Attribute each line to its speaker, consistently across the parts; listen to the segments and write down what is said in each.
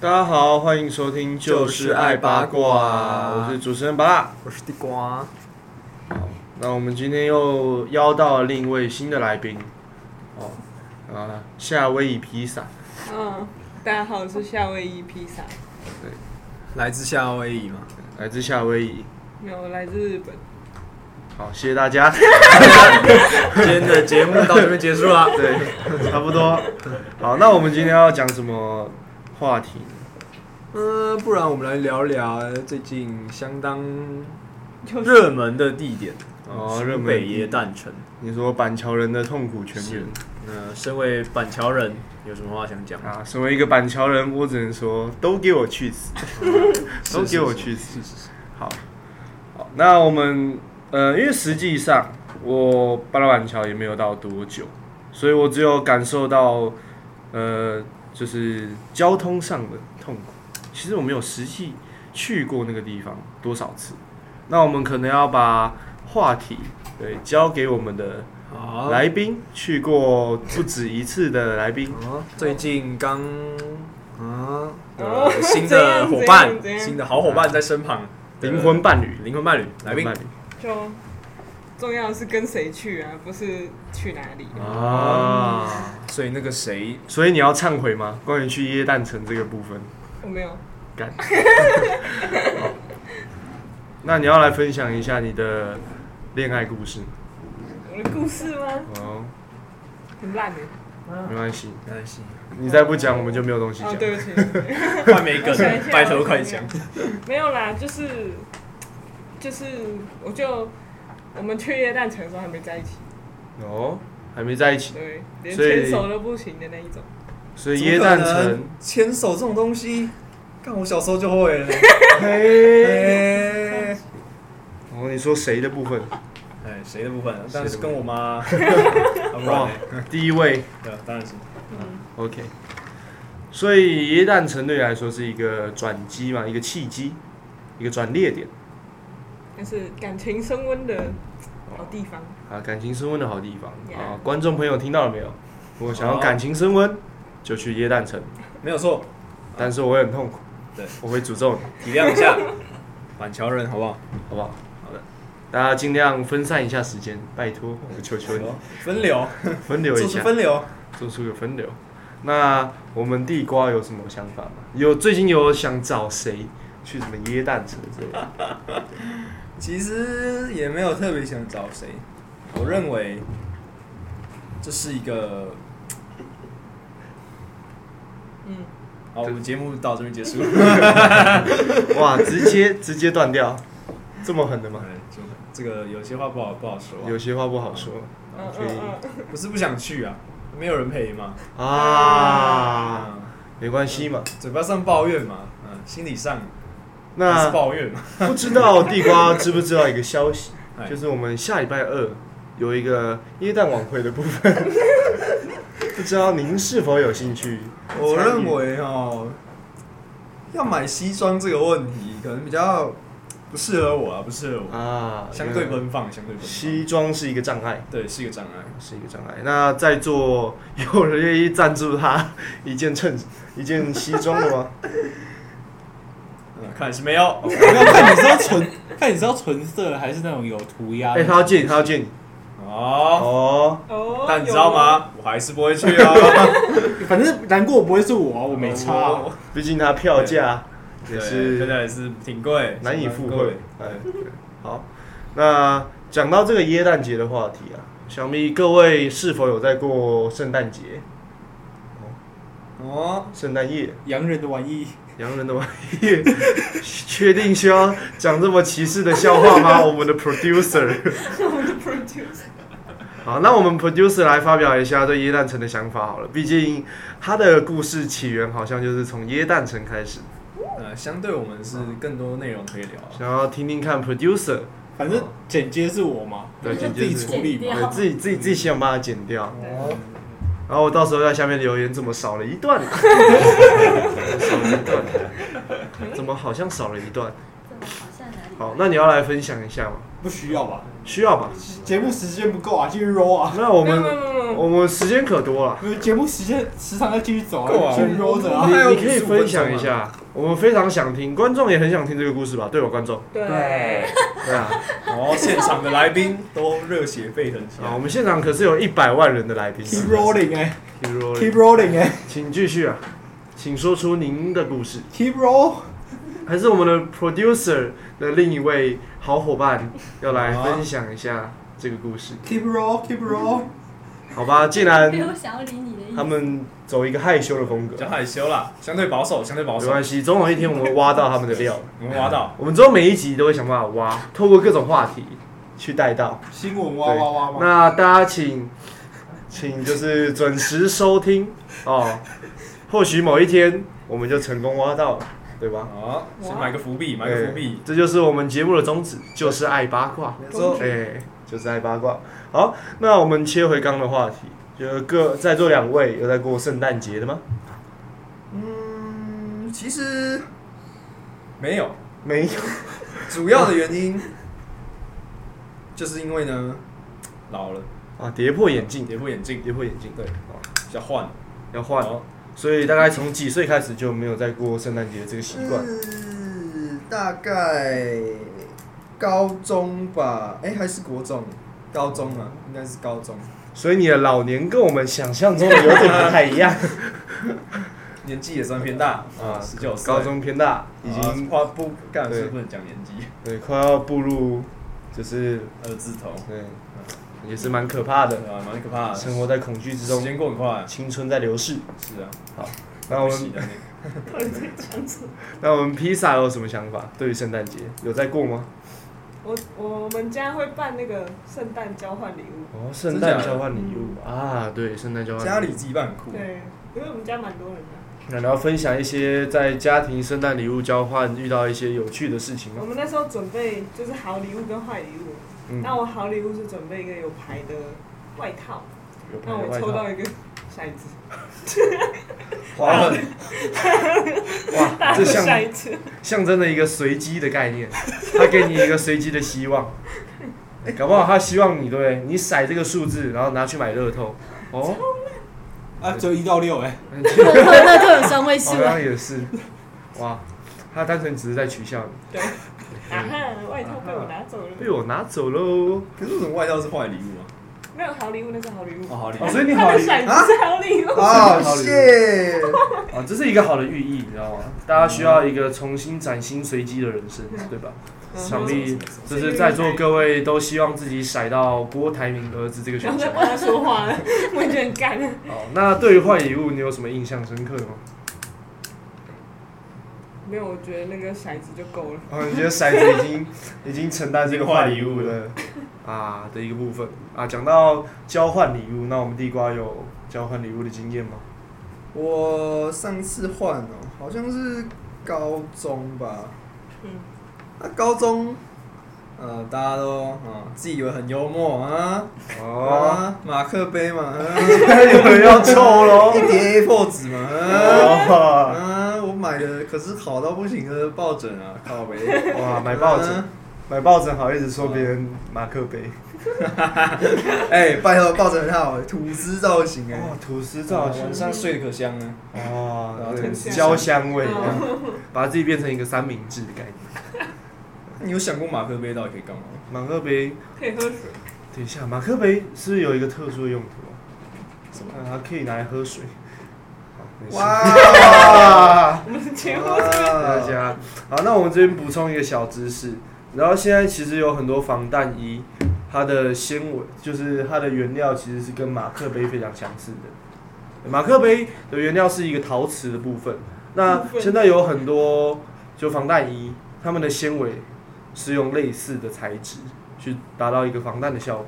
Speaker 1: 大家好，欢迎收听就是爱八卦，
Speaker 2: 就是爱八卦
Speaker 1: 我是主持人巴拉。
Speaker 2: 我是地瓜，
Speaker 1: 那我们今天又邀到了另一位新的来宾，哦，啊，夏威夷披萨，
Speaker 3: 嗯，大家好，我是夏威夷披萨，
Speaker 2: 来自夏威夷嘛。
Speaker 1: 来自夏威夷。
Speaker 3: 没有，我来自日本。
Speaker 1: 好，谢谢大 家。
Speaker 2: 今天的节目到这边结束了。
Speaker 1: 对，差不多。好，那我们今天要讲什么话题？
Speaker 2: 嗯，不然我们来聊聊最近相当
Speaker 3: 就是
Speaker 2: 热门的地点
Speaker 1: 哦，
Speaker 2: 新
Speaker 1: 热门
Speaker 2: 北耶诞城。
Speaker 1: 你说板桥人的痛苦泉源
Speaker 2: 那身为板桥人，有什么话想讲？
Speaker 1: 啊，身为一个板桥人，我只能说都给我去死，都给我去死。
Speaker 2: 是是是，
Speaker 1: 好，好，那我们呃，因为实际上我巴拉板桥也没有到多久，所以我只有感受到呃，就是交通上的痛苦。其实我没有实际去过那个地方多少次，那我们可能要把话题对交给我们的
Speaker 2: 好。
Speaker 1: 来宾，去过不止一次的来宾。
Speaker 2: 哦，最近刚啊，
Speaker 3: 哦
Speaker 2: 有新的伙伴，
Speaker 3: 怎样怎样
Speaker 2: 新的好伙伴在身旁，
Speaker 1: 灵魂伴侣，
Speaker 2: 灵魂伴侣来宾
Speaker 1: 伴。侣
Speaker 3: 就重要的是跟谁去啊，不是去哪里。
Speaker 1: 啊，
Speaker 2: 所以那个谁，
Speaker 1: 所以你要忏悔吗？关于去耶诞城这个部分，
Speaker 3: 我没有，
Speaker 1: 干。好那你要来分享一下你的恋爱故事
Speaker 3: 我的故事吗？
Speaker 1: 哦，
Speaker 3: 很烂欸的。
Speaker 1: 没关系，
Speaker 2: 没关系，
Speaker 1: 你再不讲我们就没有东西
Speaker 3: 哦
Speaker 1: 讲，。
Speaker 3: 对 不起，
Speaker 2: 快没梗
Speaker 3: 我想一下
Speaker 2: 了，拜托快讲。。
Speaker 3: 我想一下没有啦，就是就是，我就我们去夜蛋城的时候还没在一起，
Speaker 1: 哦，还没在一起，
Speaker 3: 对，连
Speaker 1: 所以
Speaker 3: 牵手都不行的那一种。
Speaker 1: 所以耶诞城，
Speaker 2: 牵手这种东西，看我小时候就 会了。
Speaker 1: 嘿，
Speaker 2: 哎，
Speaker 1: 哦，你说谁的部分？
Speaker 2: 哎，谁的部分啊？
Speaker 1: 谁的部分
Speaker 2: 当然是跟 我妈。好不
Speaker 1: 哇
Speaker 2: 然呢，
Speaker 1: 第一位
Speaker 2: 对啊，当然是。
Speaker 3: 嗯，
Speaker 1: ，OK。所以耶诞城对你来说是一个转机嘛，一个契机，一个转捩点
Speaker 3: 但是感情升温的好地方。
Speaker 1: 啊，感情升温的好地方
Speaker 3: Yeah
Speaker 1: 啊。观众朋友听到了没有？如果想要
Speaker 2: 哦
Speaker 1: 感情升温，就去耶诞城。
Speaker 2: 没有错，
Speaker 1: 但是我会很痛苦，
Speaker 2: 对，
Speaker 1: 我会诅咒你，
Speaker 2: 体谅一 下，板桥人好不好？
Speaker 1: 好不好？好的，大家尽量分散一下时间，拜托，我求求你，
Speaker 2: 分流，
Speaker 1: 分流一
Speaker 2: 做出
Speaker 1: 下，
Speaker 2: 分流。
Speaker 1: 做出个分流。那我们地瓜有什么想法吗？有最近有想找谁去什么椰蛋城之类的？
Speaker 2: 其实也没有特别想找谁，我认为这是一个。
Speaker 3: 嗯，
Speaker 2: 好，我们节目到这边 结束。
Speaker 1: 哇，直接直接断掉，这么狠的吗？
Speaker 2: 哎就这个有些话不好不好说啊、
Speaker 1: 有些话不好说
Speaker 3: 嗯
Speaker 1: 可以
Speaker 3: 嗯嗯，
Speaker 2: 不是不想去啊，没有人陪嘛。
Speaker 1: 啊，
Speaker 2: 啊，
Speaker 1: 没关系嘛。
Speaker 2: 嘴巴上抱怨嘛，嗯，心理上也是
Speaker 1: 那
Speaker 2: 抱怨嘛。
Speaker 1: 不知道地瓜知不知道一个消息，
Speaker 2: 哎
Speaker 1: 就是我们下礼拜二有一个椰蛋晚会的部分， 不知道您是否有兴趣？
Speaker 2: 我认为哦，要买西装这个问题，可能比较不适合我啊，不适合我，
Speaker 1: 啊，
Speaker 2: 相对奔放，相对奔放，
Speaker 1: 西装是一个障碍，
Speaker 2: 对，是一个障碍。
Speaker 1: 是一个障碍。那在座有人愿意赞助他一件衬一件西装的 吗？
Speaker 2: 嗯，看来是没
Speaker 1: 哦
Speaker 2: 有。
Speaker 4: 没有看你是要纯，看你是要纯色的还是那种有涂鸦的？
Speaker 1: 哎，他要借你，他要借你
Speaker 2: 哦，
Speaker 1: 哦。
Speaker 3: 哦，
Speaker 2: 但你知道吗？我还是不会去 哦。
Speaker 4: 反正 难过不会是我啊，我没差啊。
Speaker 2: 我，
Speaker 1: 毕竟他票价哦也
Speaker 2: 对，现
Speaker 1: 是
Speaker 2: 在也是挺贵，
Speaker 1: 难以富
Speaker 2: 相当
Speaker 1: 贵
Speaker 2: 贵。
Speaker 1: 哎，好，那讲到这个耶诞节的话题啊，想必各位是否有在过圣诞节、
Speaker 2: 哦，
Speaker 1: 圣诞夜？
Speaker 4: 洋人的玩意，
Speaker 1: 洋人的玩意， 确定需要讲这么歧视的笑话吗？我们的 producer，
Speaker 3: 我的 producer。
Speaker 1: 好，那我们 producer 来发表一下对耶诞城的想法好了，毕竟他的故事起源好像就是从耶诞城开始，
Speaker 2: 呃，相对我们是更多内容可以聊啊。
Speaker 1: 想要听听看 producer，
Speaker 4: 反正剪接是我嘛，
Speaker 1: 对
Speaker 4: 就
Speaker 1: 剪
Speaker 4: 自
Speaker 1: 接
Speaker 4: 己
Speaker 1: 是
Speaker 4: 处理嘛。
Speaker 1: 对自己自己自己想把它剪掉，
Speaker 2: 哦，
Speaker 1: 然后我到时候在下面留言，怎么少了一段、啊？少了一段，怎么好像少了一段？
Speaker 5: 怎么好像哪里？
Speaker 1: 好，那你要来分享一下吗？
Speaker 4: 不需要吧？
Speaker 1: 需要吧？
Speaker 5: 节目时间不够啊，继续 roll 啊，
Speaker 1: 那我
Speaker 3: 没有没
Speaker 1: 们
Speaker 3: 有没有没有，
Speaker 1: 我们时间可多了，
Speaker 5: 因为节目时间时长要继续走
Speaker 2: 够啊
Speaker 5: 啊，继续 roll 着
Speaker 2: 我
Speaker 5: 啊
Speaker 2: 们。还有
Speaker 1: 你你可以
Speaker 2: 55
Speaker 1: 分享一
Speaker 2: 分钟
Speaker 1: 下，我们非常想听，观众也很想听这个故事吧？对吧，观众？
Speaker 3: 对，
Speaker 1: 对啊，
Speaker 2: 哦，现场的来宾都热血沸腾起
Speaker 1: 啊，我
Speaker 2: 来。
Speaker 1: 们现场可是有一百万人的来宾。
Speaker 5: Keep rolling 哎
Speaker 1: Keep rolling
Speaker 5: ，Keep rolling 哎
Speaker 1: 请继续啊，请说出您的故事，
Speaker 5: ，Keep roll，
Speaker 1: 还是我们的 producer 的另一位好伙伴要来分享一下这个故事，
Speaker 5: Keep roll，Keep roll，
Speaker 1: 好吧？既
Speaker 6: 没有
Speaker 1: 然
Speaker 6: 想要理你的意思。
Speaker 1: 他们走一个害羞的风格
Speaker 2: 比，较害羞啦，相对保守，相对保
Speaker 1: 没
Speaker 2: 守。
Speaker 1: 关系，总有一天我们挖到他们的料。
Speaker 2: 我们挖到，
Speaker 1: 我们之后每一集都会想办法挖，透过各种话题去带到。
Speaker 5: 新闻哇哇哇嘛，
Speaker 1: 那大家请，请就是准时收听哦。或许某一天我们就成功挖到了，对吧？
Speaker 2: 好，先埋个伏笔，埋个伏
Speaker 1: 哎
Speaker 2: 笔。
Speaker 1: 这就是我们节目的宗旨，就是爱八卦。
Speaker 2: 没错
Speaker 1: 哎、就是爱八卦。好，那我们切回刚刚的话题，就各在座两位有在过圣诞节的吗？
Speaker 2: 哎嗯，其实没有，
Speaker 1: 没有，
Speaker 2: 主要的原 因就是因为呢，老了，
Speaker 1: 啊，跌破眼镜，
Speaker 2: 跌破眼镜，
Speaker 1: 跌破眼镜，
Speaker 2: 对
Speaker 1: 哦
Speaker 2: 要换。哦
Speaker 1: 要换了。所以大概从几岁开始就没有再过圣诞节这个习惯？
Speaker 2: 嗯是大概高中吧，哎、还是国中，高中啊，应该是高中，
Speaker 1: 所以你的老年跟我们想象中的有点不太一样
Speaker 2: 年纪也算偏大啊，十九岁，
Speaker 1: 高中偏大，已经
Speaker 2: 跨不干
Speaker 1: 对
Speaker 2: 是不能讲年纪，
Speaker 1: 对快要步入，就是
Speaker 2: 二字头，
Speaker 1: 对，也是蛮可怕的
Speaker 2: 对。啊，蛮可怕的。
Speaker 1: 生活在恐惧之
Speaker 2: 时
Speaker 1: 中，
Speaker 2: 间过很快，啊
Speaker 1: 青春在流逝。
Speaker 2: 是啊，
Speaker 1: 那我
Speaker 2: 不洗
Speaker 1: 们
Speaker 2: 的那
Speaker 3: 到底在讲什么？
Speaker 1: 那我们披萨有什么想法？对于圣诞节有在过吗？
Speaker 3: 我我们家会办那个圣诞交换礼物，
Speaker 1: 哦，圣
Speaker 2: 真假
Speaker 1: 诞
Speaker 2: 的
Speaker 1: 交换礼物啊，对，圣诞交
Speaker 2: 个
Speaker 1: 换
Speaker 2: 家
Speaker 1: 礼
Speaker 2: 里自己办很酷，
Speaker 3: 对，因为我们家蛮多人的。
Speaker 1: 物，然后分享一些在家庭圣诞礼物交换遇到一些有趣的事情
Speaker 3: 我
Speaker 1: 吗？
Speaker 3: 们那时候准备就是好礼物跟坏礼物，
Speaker 1: 嗯，
Speaker 3: 那我好礼物是准备一个有牌的外套，
Speaker 1: 有朋
Speaker 3: 那
Speaker 1: 友
Speaker 3: 我
Speaker 1: 外
Speaker 3: 抽
Speaker 1: 套
Speaker 3: 到一个骰子，
Speaker 2: 划 了，
Speaker 1: 哇，
Speaker 3: 大
Speaker 1: 这
Speaker 3: 的
Speaker 1: 象
Speaker 3: 骰子，
Speaker 1: 象征了一个随机的概念，他给你一个随机的希 望，哎搞不好他希望你对不对你骰这个数字，然后拿去买乐透，哦，
Speaker 5: 啊，只有一到六哎，
Speaker 6: 乐透乐透有双位数
Speaker 1: 好像
Speaker 6: 啊，
Speaker 1: 也是，哇，他单纯只是在取笑你，
Speaker 3: 对，啊哈，外套被我拿走了，
Speaker 1: 被我拿走喽。
Speaker 2: 可是为什么外套是坏礼物啊？
Speaker 3: 没有好礼物，那是好礼物，
Speaker 2: 哦，好礼
Speaker 1: 哦，
Speaker 2: 物，
Speaker 1: 所以你
Speaker 3: 他
Speaker 1: 好
Speaker 3: 的
Speaker 1: 礼
Speaker 3: 骰子是好礼物，
Speaker 1: 啊
Speaker 2: 谢，
Speaker 1: 啊，这是一个好的寓意，你知道吗？大家需要一个重新崭新随机的人生，对吧？
Speaker 3: 嗯
Speaker 1: 想必就是在座各位都希望自己甩到郭台铭儿子这个
Speaker 3: 然
Speaker 1: 选
Speaker 3: 后
Speaker 1: 项
Speaker 3: 再。帮他说话了，我已经很干了。
Speaker 1: 好，那对于坏礼物，你有什么印象深刻的吗？
Speaker 3: 没有，我觉得那个骰子就够了。
Speaker 1: 啊，你觉得骰子已经已经承担这个坏礼物
Speaker 2: 已经坏
Speaker 1: 的啊的一个部分啊。讲到交换礼物，那我们地瓜有交换礼物的经验吗？
Speaker 2: 我上次换哦，好像是高中吧。
Speaker 3: 嗯，
Speaker 2: 那高中，呃，大家都啊、自以为很幽默啊，
Speaker 1: 哦，
Speaker 2: 啊，马克杯嘛，啊，
Speaker 1: 有人要抽喽
Speaker 2: 一叠 A 4纸嘛，啊，
Speaker 1: 哦！
Speaker 2: 啊，我买的可是好到不行的抱枕啊，靠 呗，
Speaker 1: 哇，买抱枕
Speaker 2: 啊，，
Speaker 1: 买抱枕好意思说别人马克杯。
Speaker 2: 哎、拜托，抱枕很好，吐司造型哎、
Speaker 1: 哦，吐司造型
Speaker 2: 晚，上睡得可香啊呢。
Speaker 1: 哦，
Speaker 2: 对
Speaker 1: 对，
Speaker 3: 香
Speaker 1: 焦香味， 把自己变成一个三明治的概念。
Speaker 2: 你有想过马克杯到底可以干嘛？
Speaker 1: 马克杯，
Speaker 3: 可以喝水，
Speaker 1: 等一下，马克杯是不是有一个特殊的用途啊？什么？它可以拿来喝水。好没事
Speaker 2: 哇！
Speaker 3: 我们是结婚
Speaker 1: 大家啊好，那我们这边补充一个小知识，然后现在其实有很多防弹衣，它的纤维就是它的原料其实是跟马克杯非常相似的。马克杯的原料是一个陶瓷的部分，那
Speaker 3: 部分
Speaker 1: 现在有很多就防弹衣，它们的纤维是用类似的材质去达到一个防弹的效果。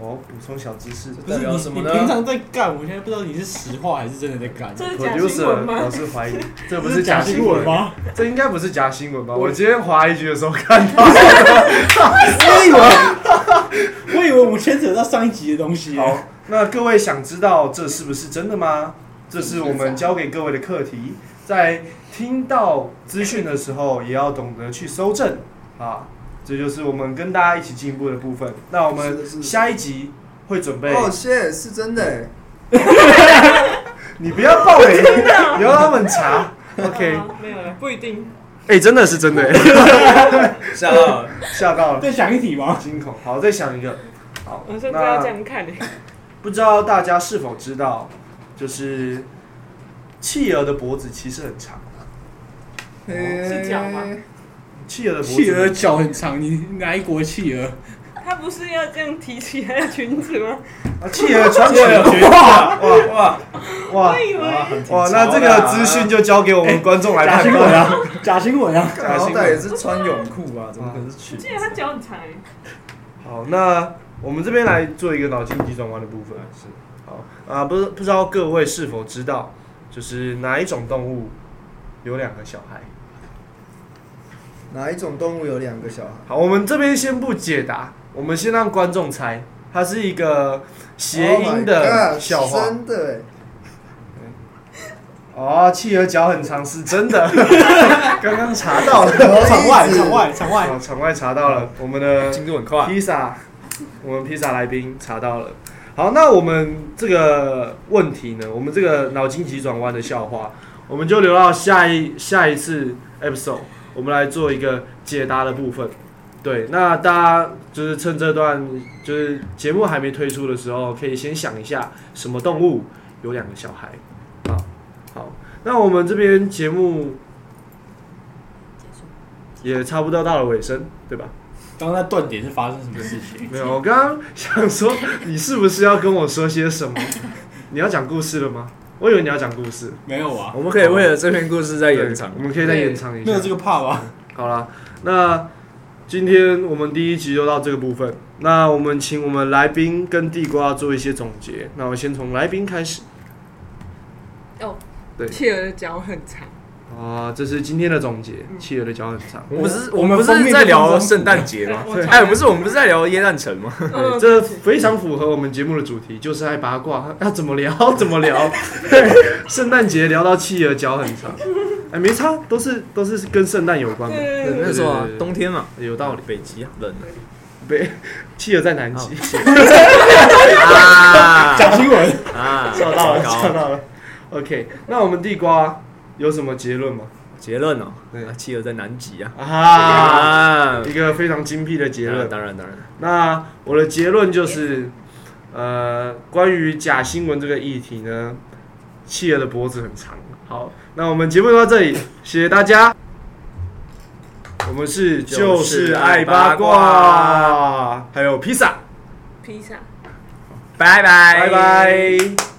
Speaker 1: 哦，补充小知识
Speaker 2: 这
Speaker 5: 不是
Speaker 2: 代表
Speaker 5: 你
Speaker 2: 什么
Speaker 5: 你
Speaker 2: 呢
Speaker 5: 平常在干，我现在不知道你是实话还是真的在干。
Speaker 3: 这是假新
Speaker 1: ，producer
Speaker 3: 闻吗啊
Speaker 1: 表？示怀疑，这
Speaker 5: 这
Speaker 1: 不是假新
Speaker 5: 闻
Speaker 1: 闻？
Speaker 5: 吗？
Speaker 1: 这应该不是假新闻吧？我今天滑一局的时候看到，
Speaker 5: 我以为我以为 我们牵扯到上一集的东西。
Speaker 1: 好，那各位想知道这是不是真的吗？这是我们交给各位的课题，在听到资讯的时候也要懂得去搜证啊。这就是我们跟大家一起进步的部分。那我
Speaker 2: 是的是
Speaker 1: 们
Speaker 2: 的
Speaker 1: 下一集会准备，
Speaker 2: 哦，谢，是真的欸，
Speaker 1: 你不要爆雷，
Speaker 2: 啊
Speaker 1: 你要他们查。OK，
Speaker 3: 啊没有了，不一定。
Speaker 1: 哎、真的是真的，
Speaker 2: 吓到了。
Speaker 1: 吓到了，
Speaker 5: 再想一题吗？
Speaker 1: 惊恐。好，再想一个。好，
Speaker 3: 我说不要
Speaker 1: 那
Speaker 3: 这样看你，
Speaker 1: 不知道大家是否知道，就是企鹅的脖子其实很长，
Speaker 3: 哦是脚吗
Speaker 2: 嘿
Speaker 1: 企鹅的脖子
Speaker 5: 企鹅脚很长，你哪一国企鹅？
Speaker 3: 他不是要这样提起他的裙子吗？
Speaker 1: 啊，企鹅穿起
Speaker 2: 这有
Speaker 1: 来
Speaker 2: 裙子啊哇哇
Speaker 1: 哇
Speaker 3: 我以为
Speaker 2: 哇，很挺
Speaker 1: 哇，
Speaker 2: 潮
Speaker 1: 那这
Speaker 2: 的
Speaker 1: 个
Speaker 2: 啊
Speaker 1: 资讯就交给我们观众来
Speaker 5: 假
Speaker 1: 判
Speaker 5: 新
Speaker 1: 断
Speaker 5: 闻
Speaker 1: 了。
Speaker 5: 啊，假新闻 啊！
Speaker 2: 干好歹也是穿泳裤啊，怎么可能是裙子
Speaker 3: 记？得他脚很长欸，
Speaker 1: 好，那我们这边来做一个脑筋急转弯的部分。是。好啊，不不知道各位是否知道，就是哪一种动物有两个小孩？
Speaker 2: 哪一种动物有两个小孩？
Speaker 1: 好，我们这边先不解答，我们先让观众猜，它是一个谐音
Speaker 2: Oh my
Speaker 1: 的
Speaker 2: God，
Speaker 1: 笑话。
Speaker 2: 真的欸
Speaker 1: 哦，企鹅脚很长是真 的，刚刚查到了，
Speaker 2: 哎，
Speaker 5: 场外，场外，场外，
Speaker 1: 哦场外查到了，我们的
Speaker 4: 进度很
Speaker 2: 啊
Speaker 4: 快。
Speaker 1: 披萨，我们披萨来宾查到了。好，那我们这个问题呢，我们这个脑筋急转弯的笑话，我们就留到下一下一次 episode，我们来做一个解答的部分。对，那大家就是趁这段就是节目还没推出的时候，可以先想一下什么动物有两个小孩。好，好，那我们这边节目也差不多到了尾声，对吧？
Speaker 5: 刚刚那断点是发生什么事情？
Speaker 1: 没有，我刚刚想说，你是不是要跟我说些什么？ 你要讲故事了吗？我以为你要讲故事，
Speaker 5: 没有啊，
Speaker 4: 我们可以为了这篇故事再延长
Speaker 1: 对我。们可以再延长一
Speaker 5: 没有
Speaker 1: 下
Speaker 5: 这。个怕吧？
Speaker 1: 好啦，那今天我们第一集就到这个部分。那我们请我们来宾跟地瓜做一些总结。那我先从来宾开始对
Speaker 3: 企鹅的脚很长，
Speaker 1: 啊，这是今天的总结。企鹅的脚很长，
Speaker 4: 我们不是
Speaker 5: 我
Speaker 4: 我们不
Speaker 5: 我们封
Speaker 4: 是
Speaker 5: 面
Speaker 4: 在
Speaker 5: 就
Speaker 4: 聊
Speaker 5: 放松
Speaker 4: 圣诞节吗？
Speaker 3: 对我
Speaker 4: 哎，不是，我们不是在聊耶诞城吗？
Speaker 1: 对
Speaker 3: 嗯，
Speaker 1: 这非常符合我们节目的主题，就是爱八卦， 要怎么聊 怎么聊。对，圣诞节聊到企鹅脚很长，哎，没差，都是都是跟圣诞有关的。
Speaker 3: 对对
Speaker 4: 那时候啊
Speaker 1: 对对，对
Speaker 4: 冬天嘛，
Speaker 1: 有道理，
Speaker 4: 北极啊 冷
Speaker 1: 北企鹅在南极，
Speaker 4: 哦 啊
Speaker 5: 假新闻，
Speaker 4: 啊，
Speaker 1: 笑到了，
Speaker 4: 糟糕
Speaker 1: 笑到了。OK，那我们地瓜有什么结论吗？
Speaker 4: 结论哦
Speaker 1: 对，
Speaker 4: 啊企鹅在南极啊
Speaker 1: 啊，
Speaker 4: 啊，
Speaker 1: 一个非常精辟的结
Speaker 4: 当然
Speaker 1: 论。
Speaker 4: 当然当然，
Speaker 1: 那我的结论就是，呃，关于假新闻这个议题呢，企鹅的脖子很长。好，那我们节目就到这里，谢谢大家。我们是
Speaker 4: 就
Speaker 1: 就是是爱八
Speaker 4: 爱八
Speaker 1: 卦，还有披萨，
Speaker 3: 披萨。
Speaker 4: 拜拜
Speaker 1: 拜拜。